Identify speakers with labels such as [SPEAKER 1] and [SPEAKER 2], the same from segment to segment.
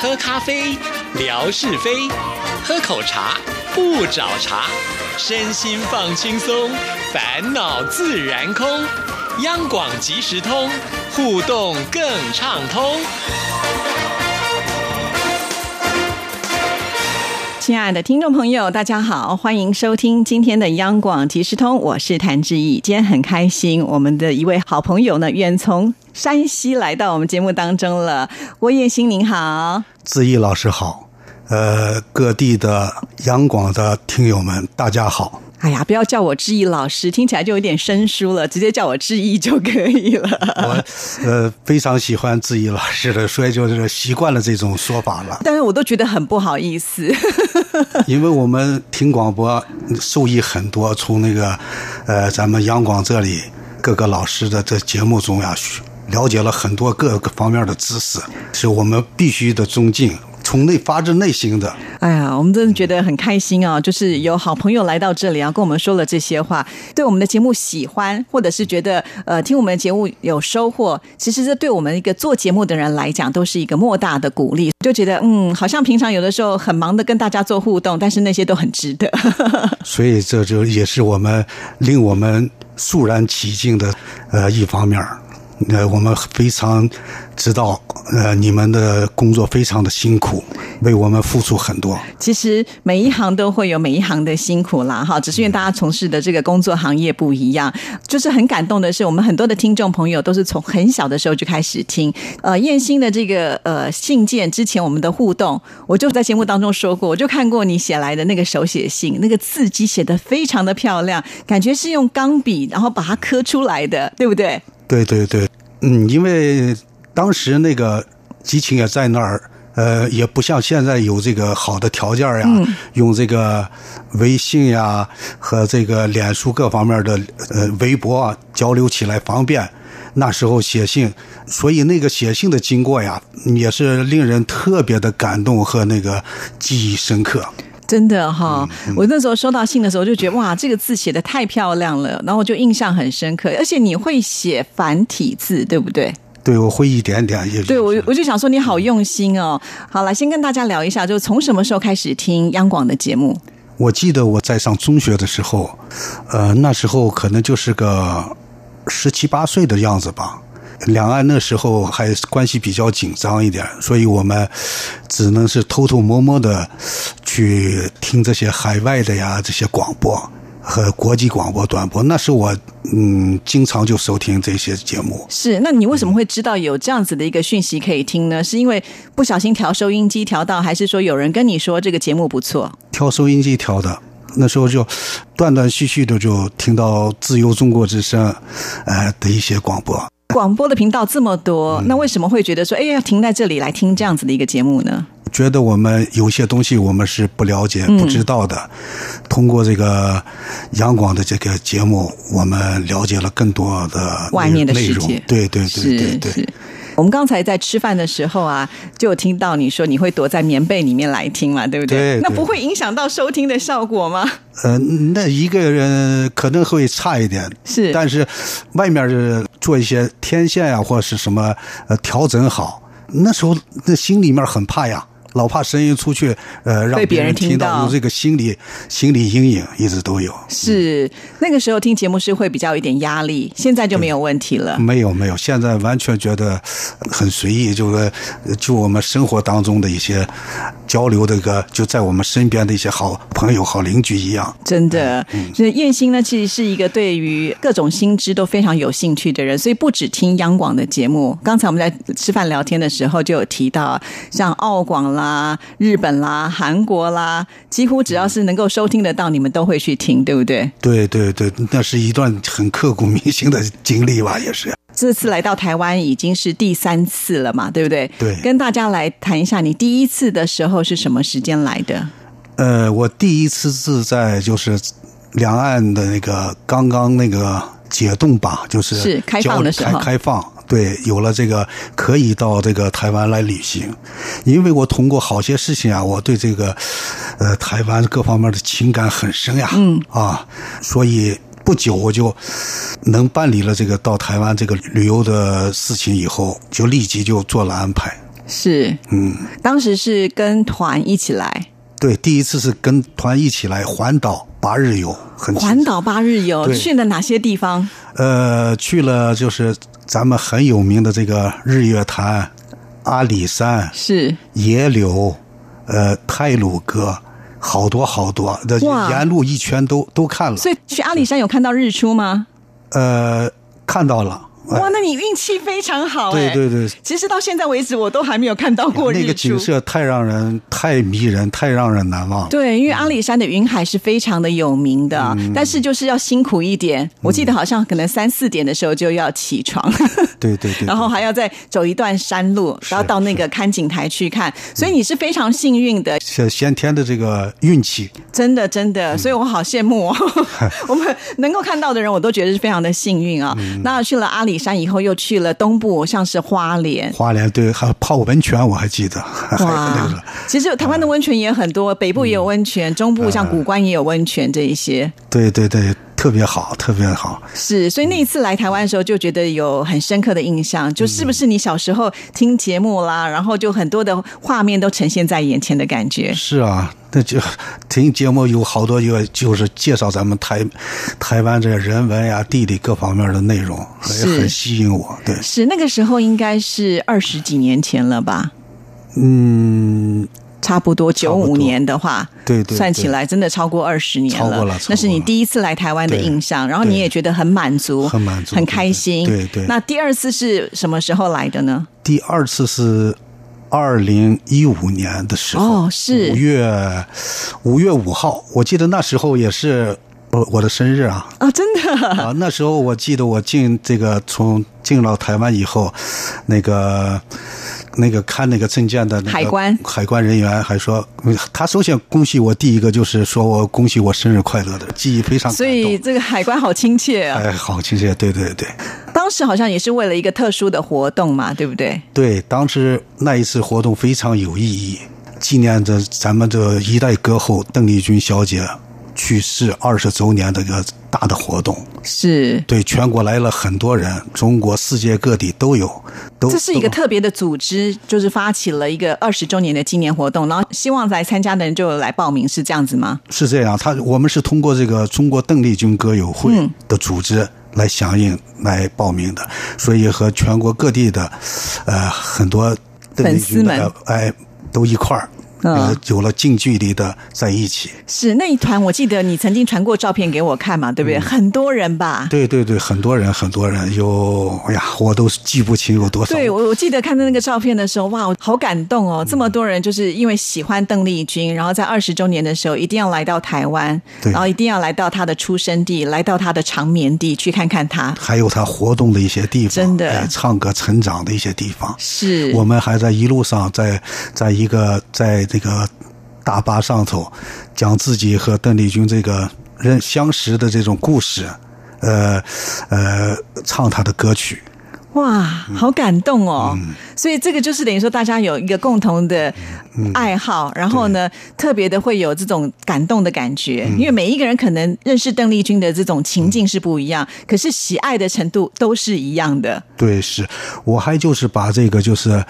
[SPEAKER 1] 喝咖啡，聊是非；喝口茶，不找茬。身心放轻松，烦恼自然空。央广即时通，互动更畅通。
[SPEAKER 2] 亲爱的听众朋友，大家好，欢迎收听今天的央广即时通，我是谭志毅。今天很开心，我们的一位好朋友呢，远从山西来到我们节目当中了。郭叶欣，您好。
[SPEAKER 3] 志毅老师好，呃，各地的央广的听友们，大家好。
[SPEAKER 2] 哎呀，不要叫我志毅老师，听起来就有点生疏了，直接叫我志毅就可以 了。。
[SPEAKER 3] 我呃非常喜欢志毅老师的，所以就是习惯了这种说法了
[SPEAKER 2] 但是我都觉得很不好意思。
[SPEAKER 3] 因为我们听广播受益很多，从那个呃咱们央广这里各个老师的这节目中呀、学了解了很多各个方面的知识，是我们必须的尊敬，从内发自内心的。
[SPEAKER 2] 哎呀，我们真的觉得很开心啊！就是有好朋友来到这里啊，跟我们说了这些话，对我们的节目喜欢，或者是觉得呃听我们的节目有收获，其实这对我们一个做节目的人来讲，都是一个莫大的鼓励。就觉得嗯，好像平常有的时候很忙的跟大家做互动，但是那些都很值得。
[SPEAKER 3] 所以这就也是我们令我们肃然起敬的呃一方面儿。呃，我们非常知道，呃，你们的工作非常的辛苦，为我们付出很多。
[SPEAKER 2] 其实每一行都会有每一行的辛苦啦，哈，只是因为大家从事的这个工作行业不一样。就是很感动的是，我们很多的听众朋友都是从很小的时候就开始听。呃，燕心的这个呃信件之前我们的互动，我就在节目当中说过，我就看过你写来的那个手写信，那个字迹写得非常的漂亮，感觉是用钢笔然后把它刻出来的，对不对？
[SPEAKER 3] 对对对，嗯，因为当时那个激情也在那儿，呃，也不像现在有这个好的条件呀，用这个微信呀和这个脸书各方面的呃微博啊交流起来方便。那时候写信，所以那个写信的经过呀，也是令人特别的感动和那个记忆深刻。
[SPEAKER 2] 真的哈、
[SPEAKER 3] 嗯
[SPEAKER 2] 我那时候收到信的时候就觉得哇，这个字写的太漂亮了，然后我就印象很深刻。而且你会写繁体字，对不对？
[SPEAKER 3] 对，我会一点点，也就是啊
[SPEAKER 2] 对我我就想说你好用心哦。好了，先跟大家聊一下，就是从什么时候开始听央广的节目？
[SPEAKER 3] 我记得我在上中学的时候，呃，那时候可能就是个十七八岁的样子吧。两岸那时候还关系比较紧张一点，所以我们只能是偷偷摸摸的去听这些海外的呀这些广播和国际广播短波。那时我嗯经常就收听这些节目。
[SPEAKER 2] 是，那你为什么会知道有这样子的一个讯息可以听呢？是因为不小心调收音机调到，还是说有人跟你说这个节目不错？
[SPEAKER 3] 挑收音机挑的。那时候就断断续续的就听到自由中国之声，呃的一些广播。
[SPEAKER 2] 广播的频道这么多，
[SPEAKER 3] 嗯
[SPEAKER 2] 那为什么会觉得说，哎呀，停在这里来听这样子的一个节目呢？
[SPEAKER 3] 觉得我们有些东西我们是不了解、
[SPEAKER 2] 嗯
[SPEAKER 3] 不知道的。通过这个央广的这个节目，我们了解了更多的
[SPEAKER 2] 外面的
[SPEAKER 3] 内
[SPEAKER 2] 世
[SPEAKER 3] 容
[SPEAKER 2] 界。
[SPEAKER 3] 对对对
[SPEAKER 2] 是
[SPEAKER 3] 对对
[SPEAKER 2] 是。我们刚才在吃饭的时候啊，就有听到你说你会躲在棉被里面来听嘛，对不
[SPEAKER 3] 对
[SPEAKER 2] 那
[SPEAKER 3] 对
[SPEAKER 2] 不会影响到收听的效果吗？
[SPEAKER 3] 呃，那一个人可能会差一点，
[SPEAKER 2] 是
[SPEAKER 3] 但是外面是做一些天线呀、或是什么呃调整好。那时候那心里面很怕呀，老怕声音出去，呃，让
[SPEAKER 2] 被别
[SPEAKER 3] 别
[SPEAKER 2] 人
[SPEAKER 3] 人
[SPEAKER 2] 听
[SPEAKER 3] 听
[SPEAKER 2] 到
[SPEAKER 3] 有这个心理心理阴影一直都有。
[SPEAKER 2] 是那个时候听节目是会比较有一点压力，现在就没有问题 了。
[SPEAKER 3] 没有没有，现在完全觉得呃很随意，就是呃就我们生活当中的一些交流的一个，就在我们身边的一些好朋友、好邻居一样。
[SPEAKER 2] 真的，
[SPEAKER 3] 嗯
[SPEAKER 2] 所以燕心呢，其实是一个对于各种新知都非常有兴趣的人，所以不只听央广的节目。刚才我们在吃饭聊天的时候就有提到，像澳广啦、日本啦、韩国啦，几乎只要是能够收听得到，你们都会去听，对不对？
[SPEAKER 3] 对对对，那是一段很刻骨铭心的经历吧，也是。
[SPEAKER 2] 这次来到台湾已经是第三次了嘛，对不对？
[SPEAKER 3] 对
[SPEAKER 2] 跟大家来谈一下，你第一次的时候是什么时间来的？
[SPEAKER 3] 呃，我第一次是在就是两岸的那个刚刚那个解冻吧，就是
[SPEAKER 2] 是开放
[SPEAKER 3] 交
[SPEAKER 2] 的时候
[SPEAKER 3] 开开放。对，有了这个可以到这个台湾来旅行，因为我通过好些事情啊，我对这个呃台湾各方面的情感很深呀，嗯啊，所以不久我就能办理了这个到台湾这个旅游的事情以后，就立即就做了安排。
[SPEAKER 2] 是，嗯，当时是跟团一起来，
[SPEAKER 3] 对，第一次是跟团一起来环岛八日游，很
[SPEAKER 2] 环岛八日游
[SPEAKER 3] 对
[SPEAKER 2] 去了哪些地方？
[SPEAKER 3] 呃，去了就是咱们很有名的这个日月潭、阿里山、
[SPEAKER 2] 是
[SPEAKER 3] 野柳、呃泰鲁阁，好多好多，这
[SPEAKER 2] 哇
[SPEAKER 3] 沿路一圈都都看了，
[SPEAKER 2] 所以去阿里山有看到日出吗？
[SPEAKER 3] 呃，看到了，哎
[SPEAKER 2] 哇，那你运气非常好哦哎、
[SPEAKER 3] 对对对，
[SPEAKER 2] 其实到现在为止，我都还没有看到过日出。
[SPEAKER 3] 那个景色太让人太迷人，太让人难忘了。
[SPEAKER 2] 对，因为阿里山的云海是非常的有名的，
[SPEAKER 3] 嗯
[SPEAKER 2] 但是就是要辛苦一点。我记得好像可能三四点的时候就要起床，
[SPEAKER 3] 对对对，
[SPEAKER 2] 然后还要再走一段山路，然后到那个看景台去看。所以你是非常幸运的，
[SPEAKER 3] 先先天的这个运气，
[SPEAKER 2] 真的真的。所以我好羡慕哦，我们能够看到的人，我都觉得是非常的幸运啊。那去了阿里山以后，又去了东部，像是花 莲。
[SPEAKER 3] 花莲对，还泡温泉我还记得，还有那个，
[SPEAKER 2] 其实台湾的温泉也很多，北部也有温泉，中部像古关也有温泉这一些。
[SPEAKER 3] 对对对，特别好，特别好。
[SPEAKER 2] 是，所以那一次来台湾的时候，就觉得有很深刻的印象，就是不是你小时候听节目啦，然后就很多的画面都呈现在眼前的感觉。
[SPEAKER 3] 是啊，那就听节目有好多有就是介绍咱们台台湾这个人文呀、地理各方面的内容，也
[SPEAKER 2] 是
[SPEAKER 3] 很吸引我。对，
[SPEAKER 2] 是那个时候应该是二十几年前了吧？
[SPEAKER 3] 嗯，
[SPEAKER 2] 差不多
[SPEAKER 3] 差
[SPEAKER 2] 九
[SPEAKER 3] 不多
[SPEAKER 2] 五年的话，
[SPEAKER 3] 对对对
[SPEAKER 2] 算起来真的超过二十年
[SPEAKER 3] 超过了
[SPEAKER 2] 那是你第一次来台湾的印象，然后你也觉得很满足，
[SPEAKER 3] 很满足
[SPEAKER 2] 很开心。
[SPEAKER 3] 对对对
[SPEAKER 2] 那第二次是什么时候来的呢？
[SPEAKER 3] 第二次是二零一五年的时候，
[SPEAKER 2] 哦，是
[SPEAKER 3] 五月五月五号，我记得那时候也是我我的生日啊。
[SPEAKER 2] 啊、真的
[SPEAKER 3] 啊，那时候我记得我进这个从进了台湾以后，那个那个看那个证件的、那个、
[SPEAKER 2] 海关
[SPEAKER 3] 海关人员还说，嗯他首先恭喜我，第一个就是说我恭喜我生日快乐的，记忆非常感动。
[SPEAKER 2] 所以这个海关好亲切啊、
[SPEAKER 3] 哎，好亲切，对对对
[SPEAKER 2] 当时好像也是为了一个特殊的活动嘛，对不对？
[SPEAKER 3] 对，当时那一次活动非常有意义，纪念着咱们这一代歌后邓丽君小姐去世二十周年的一个大的活动。
[SPEAKER 2] 是，
[SPEAKER 3] 对，全国来了很多人，中国世界各地都有，都
[SPEAKER 2] 这是一个
[SPEAKER 3] 都
[SPEAKER 2] 特别的组织，就是发起了一个二十周年的纪念活动，然后希望来参加的人就来报名，是这样子吗？
[SPEAKER 3] 是这样。他我们是通过这个中国邓丽君歌友会
[SPEAKER 2] 嗯
[SPEAKER 3] 的组织来响应来报名的，所以和全国各地的呃很多邓丽君
[SPEAKER 2] 粉丝们
[SPEAKER 3] 的哎都一块儿。
[SPEAKER 2] 嗯
[SPEAKER 3] 呃有了近距离的在一起，
[SPEAKER 2] 是那一团，我记得你曾经传过照片给我看嘛，对不对？很多人吧。
[SPEAKER 3] 嗯对对对，很多人很多人有，哎呀，我都记不清有多少。
[SPEAKER 2] 对，我我记得看到那个照片的时候，哇，我好感动
[SPEAKER 3] 嗯
[SPEAKER 2] 哦！这么多人就是因为喜欢邓丽君，然后在二十周年的时候一定要来到台湾，
[SPEAKER 3] 对
[SPEAKER 2] 然后一定要来到她的出生地，来到她的长眠地去看看她。
[SPEAKER 3] 还有他活动的一些地方，
[SPEAKER 2] 真的
[SPEAKER 3] 哎，唱歌成长的一些地方，
[SPEAKER 2] 是
[SPEAKER 3] 我们还在一路上在在一个在这个大巴上头，讲自己和邓丽君这个人相识的这种故事，呃呃，唱她的歌曲。
[SPEAKER 2] 哇，好感动哦！
[SPEAKER 3] 嗯
[SPEAKER 2] 所以这个就是等于说，大家有一个共同的爱
[SPEAKER 3] 嗯
[SPEAKER 2] 好，然后呢，特别的会有这种感动的感觉，
[SPEAKER 3] 嗯
[SPEAKER 2] 因为每一个人可能认识邓丽君的这种情境是不一样，
[SPEAKER 3] 嗯
[SPEAKER 2] 可是喜爱的程度都是一样的。
[SPEAKER 3] 对，是我还就是把这个就是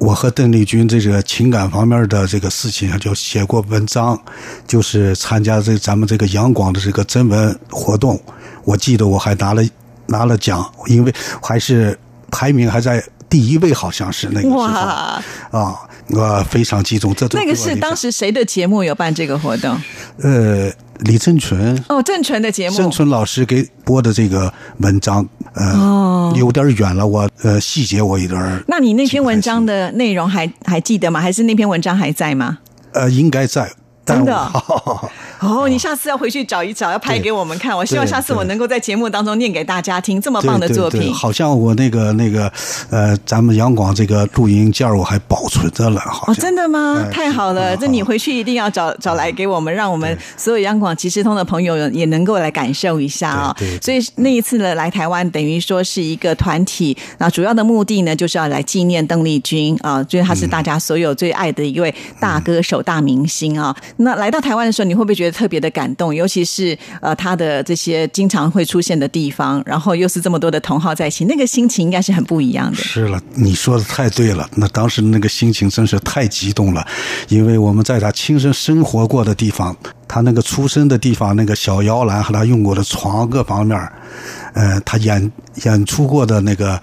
[SPEAKER 3] 我和邓丽君这个情感方面的这个事情，就写过文章，就是参加这咱们这个杨广的这个啊征文活动，我记得我还拿了拿了奖，因为还是排名还在第一位，好像是那个时候
[SPEAKER 2] 哇，
[SPEAKER 3] 啊，我非常激动。这对
[SPEAKER 2] 那个
[SPEAKER 3] 我
[SPEAKER 2] 是
[SPEAKER 3] 来
[SPEAKER 2] 当
[SPEAKER 3] 讲
[SPEAKER 2] 时谁的节目有办这个活动？
[SPEAKER 3] 呃李振纯。
[SPEAKER 2] 哦，郑纯的节目。
[SPEAKER 3] 郑纯老师给播的这个文章，呃，有点远了，我呃细节我有点儿
[SPEAKER 2] 那你那篇文章的内容还还记得吗？还是那篇文章还在吗？
[SPEAKER 3] 呃，应该在。但
[SPEAKER 2] 真的
[SPEAKER 3] 我
[SPEAKER 2] 哦，你下次要回去找一找，要拍
[SPEAKER 3] 对
[SPEAKER 2] 给我们看。我希望
[SPEAKER 3] 对
[SPEAKER 2] 下次
[SPEAKER 3] 对
[SPEAKER 2] 我能够在节目当中念给大家听这么
[SPEAKER 3] 对
[SPEAKER 2] 棒的
[SPEAKER 3] 对
[SPEAKER 2] 作
[SPEAKER 3] 对
[SPEAKER 2] 品。
[SPEAKER 3] 好像我那个那个呃，咱们杨广这个录音件儿我还保存着了，好
[SPEAKER 2] 哦，
[SPEAKER 3] 像
[SPEAKER 2] 真的吗？
[SPEAKER 3] 哎
[SPEAKER 2] 太好了，
[SPEAKER 3] 嗯
[SPEAKER 2] 这你回去一定要找找来给我们，让我们所有央广即时通的朋友也能够来感受一下啊、
[SPEAKER 3] 对对对
[SPEAKER 2] 所以那一次呢，来台湾等于说是一个团体，那主要的目的呢，就是要来
[SPEAKER 3] 嗯
[SPEAKER 2] 纪念邓丽君啊，就是她是大家所有最爱的一位大歌手、大明星啊。那来到台湾的时候，你会不会觉得特别的感动？尤其是呃，他的这些经常会出现的地方，然后又是这么多的同好在一起，那个心情应该是很不一样的。
[SPEAKER 3] 是了，你说的太对了。那当时那个心情真是太激动了，因为我们在他亲身生活过的地方，他那个出生的地方，那个小摇篮和他用过的床各方面，呃，他演演出过的那个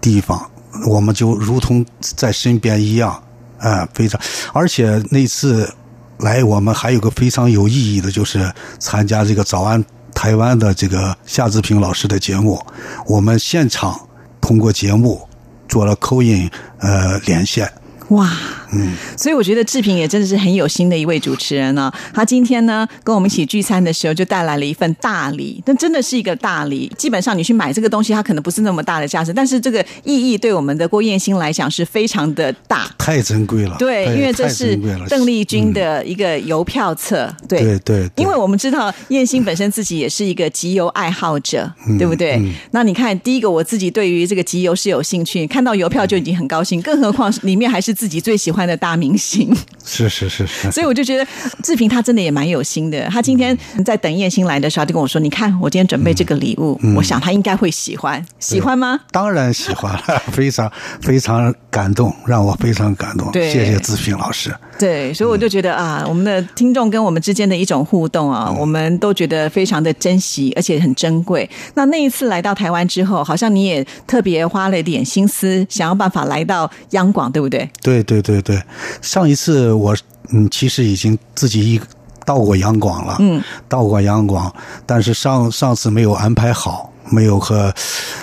[SPEAKER 3] 地方，我们就如同在身边一样，啊、非常。而且那次来，我们还有个非常有意义的，就是参加这个早安。台湾的这个夏志平老师的节目，我们现场通过节目做了口音呃连线。
[SPEAKER 2] 哇，嗯，所以我觉得志平也真的是很有心的一位主持人呢、他今天呢跟我们一起聚餐的时候，就带来了一份大礼，那真的是一个大礼。基本上你去买这个东西，它可能不是那么大的价值，但是这个意义对我们的郭燕新来讲是非常的大。
[SPEAKER 3] 太珍贵了，
[SPEAKER 2] 对，因为这
[SPEAKER 3] 哎太
[SPEAKER 2] 是
[SPEAKER 3] 珍贵了嗯
[SPEAKER 2] 邓丽君的一个邮票册，对。
[SPEAKER 3] 对对，对
[SPEAKER 2] 因为我们知道燕兴本身自己也是一个集邮爱好者，对不对？那你看，第一个我自己对于这个集邮是有兴趣，看到邮票就已经很高兴，更何况是里面还是自己最喜欢的大明星，
[SPEAKER 3] 是是是是，
[SPEAKER 2] 所以我就觉得志平他真的也蛮有心的。他今天在等燕兴来的时候，他就跟我说：“你看，我今天准备这个礼物，我想他应该会喜欢，喜欢吗？”
[SPEAKER 3] 当然喜欢了，非常非常感动，让我非常感动。
[SPEAKER 2] 对
[SPEAKER 3] 谢谢志平老师。
[SPEAKER 2] 对，所以我就觉得啊，我们的听众跟我们之间的一种互动
[SPEAKER 3] 嗯
[SPEAKER 2] 啊，我们都觉得非常的珍惜，而且很珍贵。那那一次来到台湾之后，好像你也特别花了点心思，想要办法来到央广，对不对？
[SPEAKER 3] 对对对对，上一次我嗯，其实已经自己一到过杨广了，嗯，到过杨广，但是上上次没有安排好，没有和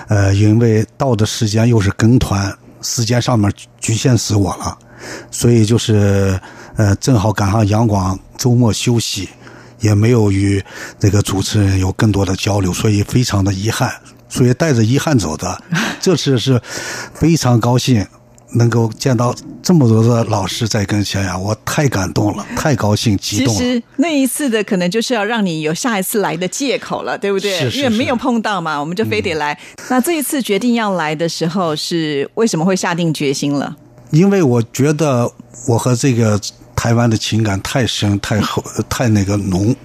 [SPEAKER 3] 呃，因为到的时间又是跟团，时间上面局限死我了，所以就是呃，正好赶上杨广周末休息，也没有与这个主持人有更多的交流，所以非常的遗憾，所以带着遗憾走的。这次是非常高兴能够见到这么多的老师在跟前呀，我太感动了，太高兴，激
[SPEAKER 2] 其
[SPEAKER 3] 动啊了。
[SPEAKER 2] 实那一次的可能就是要让你有下一次来的借口了，对不对？
[SPEAKER 3] 是是嗯
[SPEAKER 2] 因为没有
[SPEAKER 3] 是
[SPEAKER 2] 碰到嘛，我们就非得来。那这一次决定要来的时候，是为什么会下定决心了？
[SPEAKER 3] 因为我觉得我和这个台湾的情感太深、太厚、太那个浓，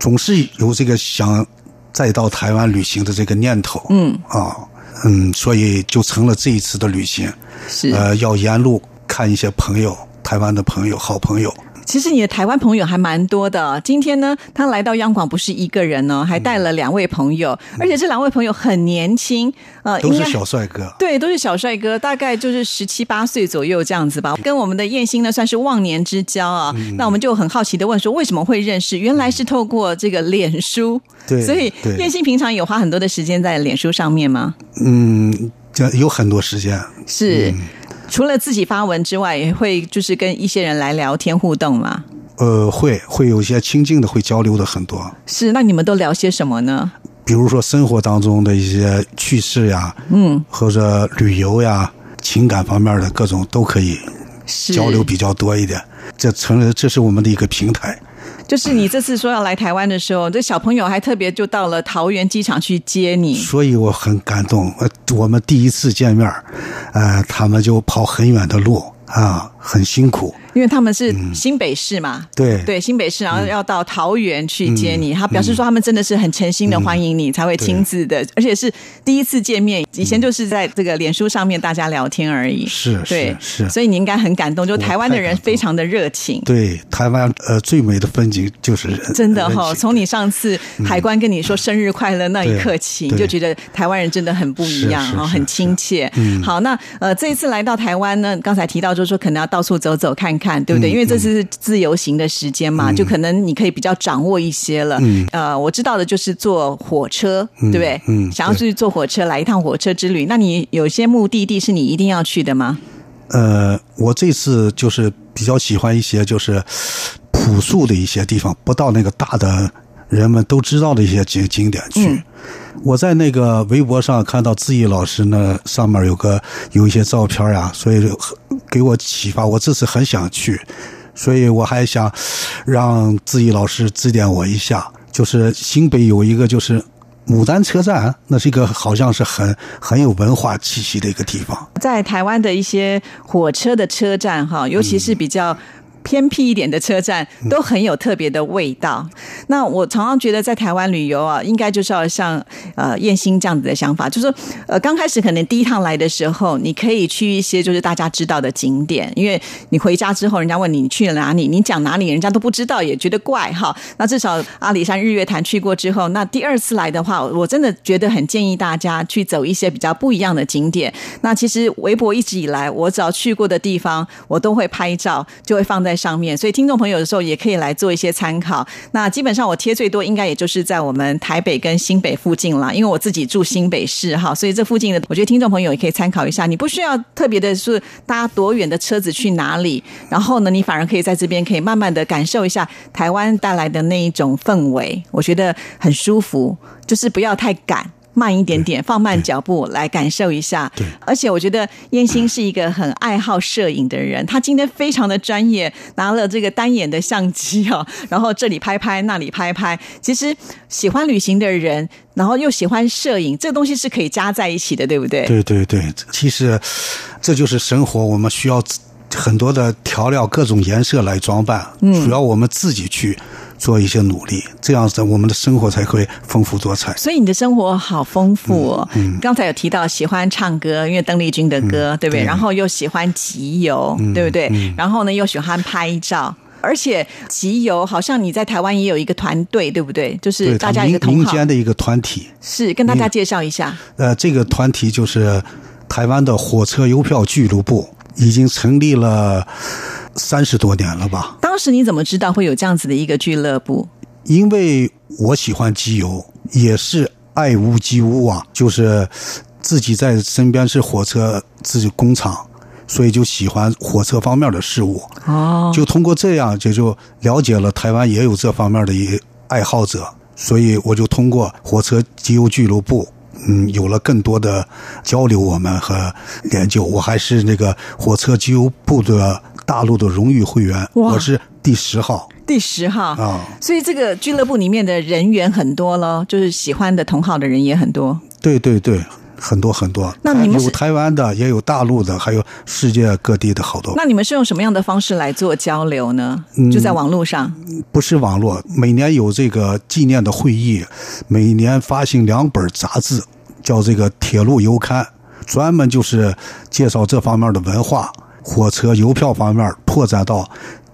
[SPEAKER 3] 总是有这个想再到台湾旅行的这个念头。嗯啊，嗯，所以就成了这一次的旅行。
[SPEAKER 2] 是。
[SPEAKER 3] 呃，要沿路看一些朋友，台湾的朋友、好朋友。
[SPEAKER 2] 其实你的台湾朋友还蛮多的哦。今天呢，他来到央广不是一个人哦，还带了两位朋友，而且这两位朋友很年轻，呃，
[SPEAKER 3] 嗯都
[SPEAKER 2] 应
[SPEAKER 3] 是
[SPEAKER 2] 该
[SPEAKER 3] 小帅哥，
[SPEAKER 2] 对，都是小帅哥，大概就是十七八岁左右这样子吧。跟我们的燕兴呢，算是忘年之交啊。
[SPEAKER 3] 嗯
[SPEAKER 2] 那我们就很好奇的问说，为什么会认识？原来是透过这个脸书。
[SPEAKER 3] 对
[SPEAKER 2] 所以
[SPEAKER 3] 对
[SPEAKER 2] 燕兴平常有花很多的时间在脸书上面吗？
[SPEAKER 3] 嗯，这有很多时间，
[SPEAKER 2] 是，
[SPEAKER 3] 嗯
[SPEAKER 2] 除了自己发文之外，也会就是跟一些人来聊天互动嘛。
[SPEAKER 3] 呃，会会有一些亲近的，会交流的很多。
[SPEAKER 2] 是，那你们都聊些什么呢？
[SPEAKER 3] 比如说生活当中的一些趣事呀，嗯，或者旅游呀、情感方面的各种都可以
[SPEAKER 2] 是
[SPEAKER 3] 交流比较多一点。这成了这是我们的一个平台，
[SPEAKER 2] 就是你这次说要来台湾的时候，这小朋友还特别就到了桃园机场去接你。
[SPEAKER 3] 所以我很感动。呃，我们第一次见面，呃，他们就跑很远的路啊，很辛苦。
[SPEAKER 2] 因为他们是新北市嘛，
[SPEAKER 3] 对
[SPEAKER 2] 对，新北市，然后
[SPEAKER 3] 嗯
[SPEAKER 2] 要到桃园去接你。他表示说，他们真的是很诚心的欢
[SPEAKER 3] 嗯
[SPEAKER 2] 迎你，才会亲自的，而且是第一次见面，以前就是在这个脸书上面大家聊天而已。
[SPEAKER 3] 是
[SPEAKER 2] 对，
[SPEAKER 3] 是是
[SPEAKER 2] 所以你应该很感动，就台湾的
[SPEAKER 3] 我太
[SPEAKER 2] 人
[SPEAKER 3] 感动
[SPEAKER 2] 非常的热情。
[SPEAKER 3] 对，台湾呃最美的风景就是人
[SPEAKER 2] 真的哈、
[SPEAKER 3] 人情
[SPEAKER 2] 从你上次海关跟你说生日快乐那一刻起，你
[SPEAKER 3] 嗯
[SPEAKER 2] 就
[SPEAKER 3] 对
[SPEAKER 2] 觉得台湾人真的很不一样
[SPEAKER 3] 是是
[SPEAKER 2] 哦，
[SPEAKER 3] 是嗯
[SPEAKER 2] 很亲切。好，那呃，这一次来到台湾呢，刚才提到就是说可能要到处走走看看，对不
[SPEAKER 3] 嗯
[SPEAKER 2] 对？因为这次是自由行的时间嘛，就可能你可以比较掌握一些了。呃，我知道的就是坐火车，对不对？
[SPEAKER 3] 嗯
[SPEAKER 2] 想要去坐火车来一趟火车之旅，那你有些目的地是你一定要去的吗？
[SPEAKER 3] 呃，我这次就是比较喜欢一些就是朴素的一些地方，不到那个大的人们都知道的一些景景点去。我在那个微博上看到志毅老师呢，上面有个有一些照片呀、所以就很给我启发，我这次很想去，所以我还想让志毅老师指点我一下，就是新北有一个就是。牡丹车站，那是一个好像是很很有文化气息的一个地方。
[SPEAKER 2] 在台湾的一些火车的车站哈，尤其是比较。偏僻一点的车站，都很有特别的味道。那我常常觉得在台湾旅游啊，应该就是要像呃燕兴这样子的想法，就是说呃刚开始可能第一趟来的时候，你可以去一些就是大家知道的景点，因为你回家之后，人家问你你去了哪里，你讲哪里，人家都不知道，也觉得怪哈。那至少阿里山日月潭去过之后，那第二次来的话，我真的觉得很建议大家去走一些比较不一样的景点。那其实微博一直以来，我只要去过的地方，我都会拍照，就会放在上面。所以听众朋友的时候也可以来做一些参考。那基本上我贴最多，应该也就是在我们台北跟新北附近啦，因为我自己住新北市哈，所以这附近的，我觉得听众朋友也可以参考一下。你不需要特别的是搭多远的车子去哪里，然后呢，你反而可以在这边可以慢慢的感受一下台湾带来的那一种氛围，我觉得很舒服，就是不要太赶。慢一点点，放慢脚步来感受一下。
[SPEAKER 3] 对
[SPEAKER 2] 而且我觉得燕兴是一个很爱好摄影的人，他今天非常的专业，拿了这个单眼的相机哦， 然后这里拍拍，那里拍拍。其实喜欢旅行的人，然后又喜欢摄影，这个东西是可以加在一起的，对不对？
[SPEAKER 3] 对对对，其实这就是生活，我们需要很多的调料、各种颜色来装扮，
[SPEAKER 2] 嗯
[SPEAKER 3] 主要我们自己去做一些努力，这样子我们的生活才会丰富多彩。
[SPEAKER 2] 所以你的生活好丰富哦。
[SPEAKER 3] 嗯
[SPEAKER 2] 刚才有提到喜欢唱歌，因为邓丽君的歌，对不对？然后又喜欢集邮，
[SPEAKER 3] 嗯
[SPEAKER 2] 对不对？然后呢，又喜欢拍照。而且集邮好像你在台湾也有一个团队，对不对？就是
[SPEAKER 3] 对，
[SPEAKER 2] 大
[SPEAKER 3] 它
[SPEAKER 2] 家一
[SPEAKER 3] 民
[SPEAKER 2] 个同
[SPEAKER 3] 民
[SPEAKER 2] 好，
[SPEAKER 3] 间的一个团体，
[SPEAKER 2] 是跟大家介绍一下。
[SPEAKER 3] 呃，这个团体就是台湾的火车邮票俱乐部，已经成立了三十多年了吧。
[SPEAKER 2] 当时你怎么知道会有这样子的一个俱乐部？
[SPEAKER 3] 因为我喜欢集邮，也是爱屋及乌啊，就是自己在身边是火车自己工厂，所以就喜欢火车方面的事物。
[SPEAKER 2] 哦，
[SPEAKER 3] 啊就通过这样，也就了解了台湾也有这方面的一爱好者，所以我就通过火车集邮俱乐部。嗯，有了更多的交流，我们和研究。我还是那个火车集邮部的大陆的荣誉会员，
[SPEAKER 2] 哇
[SPEAKER 3] 我是第十号
[SPEAKER 2] 第十号。
[SPEAKER 3] 啊。
[SPEAKER 2] 所以这个俱乐部里面的人员很多咯，就是喜欢的同好的人也很多。
[SPEAKER 3] 对对对，很多很多。
[SPEAKER 2] 那你们是
[SPEAKER 3] 有台湾的，也有大陆的，还有世界各地的好多。
[SPEAKER 2] 那你们是用什么样的方式来做交流呢？
[SPEAKER 3] 嗯
[SPEAKER 2] 就在网络上。
[SPEAKER 3] 不是网络，每年有这个纪念的会议，每年发行两本杂志，叫这个《铁路邮刊》，专门就是介绍这方面的文化，火车邮票方面拓展到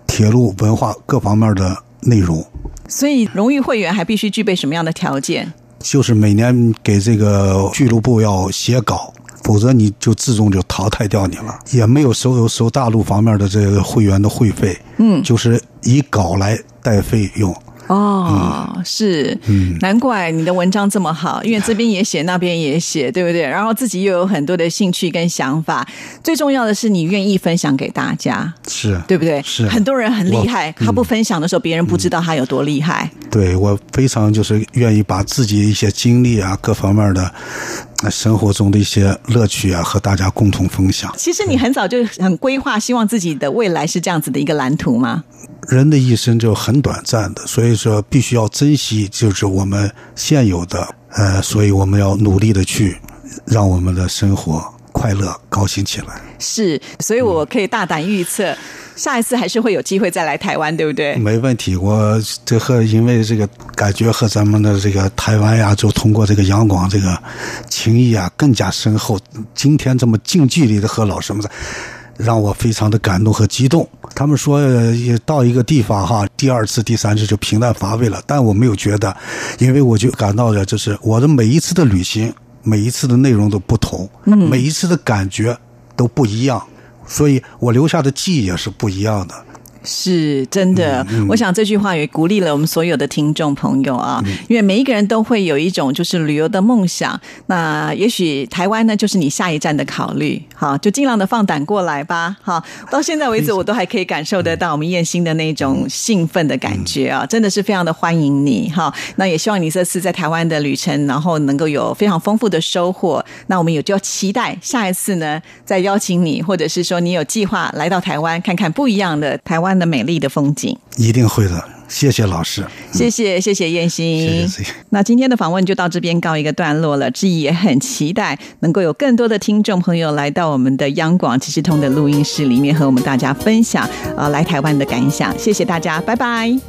[SPEAKER 3] 铁路文化各方面的内容。
[SPEAKER 2] 所以荣誉会员还必须具备什么样的条件？
[SPEAKER 3] 就是每年给这个俱乐部要写稿，否则你就自动就淘汰掉你了，也没有收收大陆方面的这个会员的会费，嗯，就是以稿来代费用，
[SPEAKER 2] 哦，是，难怪你的文章这么好，因为这边也写，那边也写，对不对？然后自己又有很多的兴趣跟想法，最重要的是你愿意分享给大家，
[SPEAKER 3] 是
[SPEAKER 2] 对不对？
[SPEAKER 3] 是
[SPEAKER 2] 很多人很厉
[SPEAKER 3] 我
[SPEAKER 2] 害，他不分享的时候，别人不知道他有多厉害。
[SPEAKER 3] 对我非常就是愿意把自己一些经历啊，各方面的呃生活中的一些乐趣啊，和大家共同分享。
[SPEAKER 2] 其实你很早就很规划，希望自己的未来是这样子的一个蓝图吗？
[SPEAKER 3] 人的一生就很短暂的，所以说必须要珍惜，就是我们现有的，呃，所以我们要努力的去，让我们的生活快乐、高兴起来。
[SPEAKER 2] 是，所以我可以大胆预测，下一次还是会有机会再来台湾，对不对？
[SPEAKER 3] 没问题，我这和因为这个感觉和咱们的这个台湾呀，就通过这个杨广这个情谊啊更加深厚。今天这么近距离的和老师们在，让我非常的感动和激动。他们说呃也到一个地方哈，第二次、第三次就平淡乏味了，但我没有觉得，因为我就感到了，就是我的每一次的旅行，每一次的内容都不同，每一次的感觉都不一样，所以我留下的记忆也是不一样的。
[SPEAKER 2] 是真的，我想这句话也鼓励了我们所有的听众朋友啊，因为每一个人都会有一种就是旅游的梦想。那也许台湾呢，就是你下一站的考虑，好，就尽量的放胆过来吧。好，到现在为止，我都还可以感受得到我们燕兴的那种兴奋的感觉
[SPEAKER 3] 嗯
[SPEAKER 2] 啊，真的是非常的欢迎你哈。那也希望你这次在台湾的旅程，然后能够有非常丰富的收获。那我们也就期待下一次呢，再邀请你，或者是说你有计划来到台湾看看不一样的台湾的美丽的风景。
[SPEAKER 3] 一定会的，谢谢老师，
[SPEAKER 2] 谢谢谢谢燕心，
[SPEAKER 3] 嗯谢谢谢谢
[SPEAKER 2] 那今天的访问就到这边告一个段落了。志毅也很期待能够有更多的听众朋友来到我们的央广即时通的录音室里面，和我们大家分享呃来台湾的感想。谢谢大家，拜拜。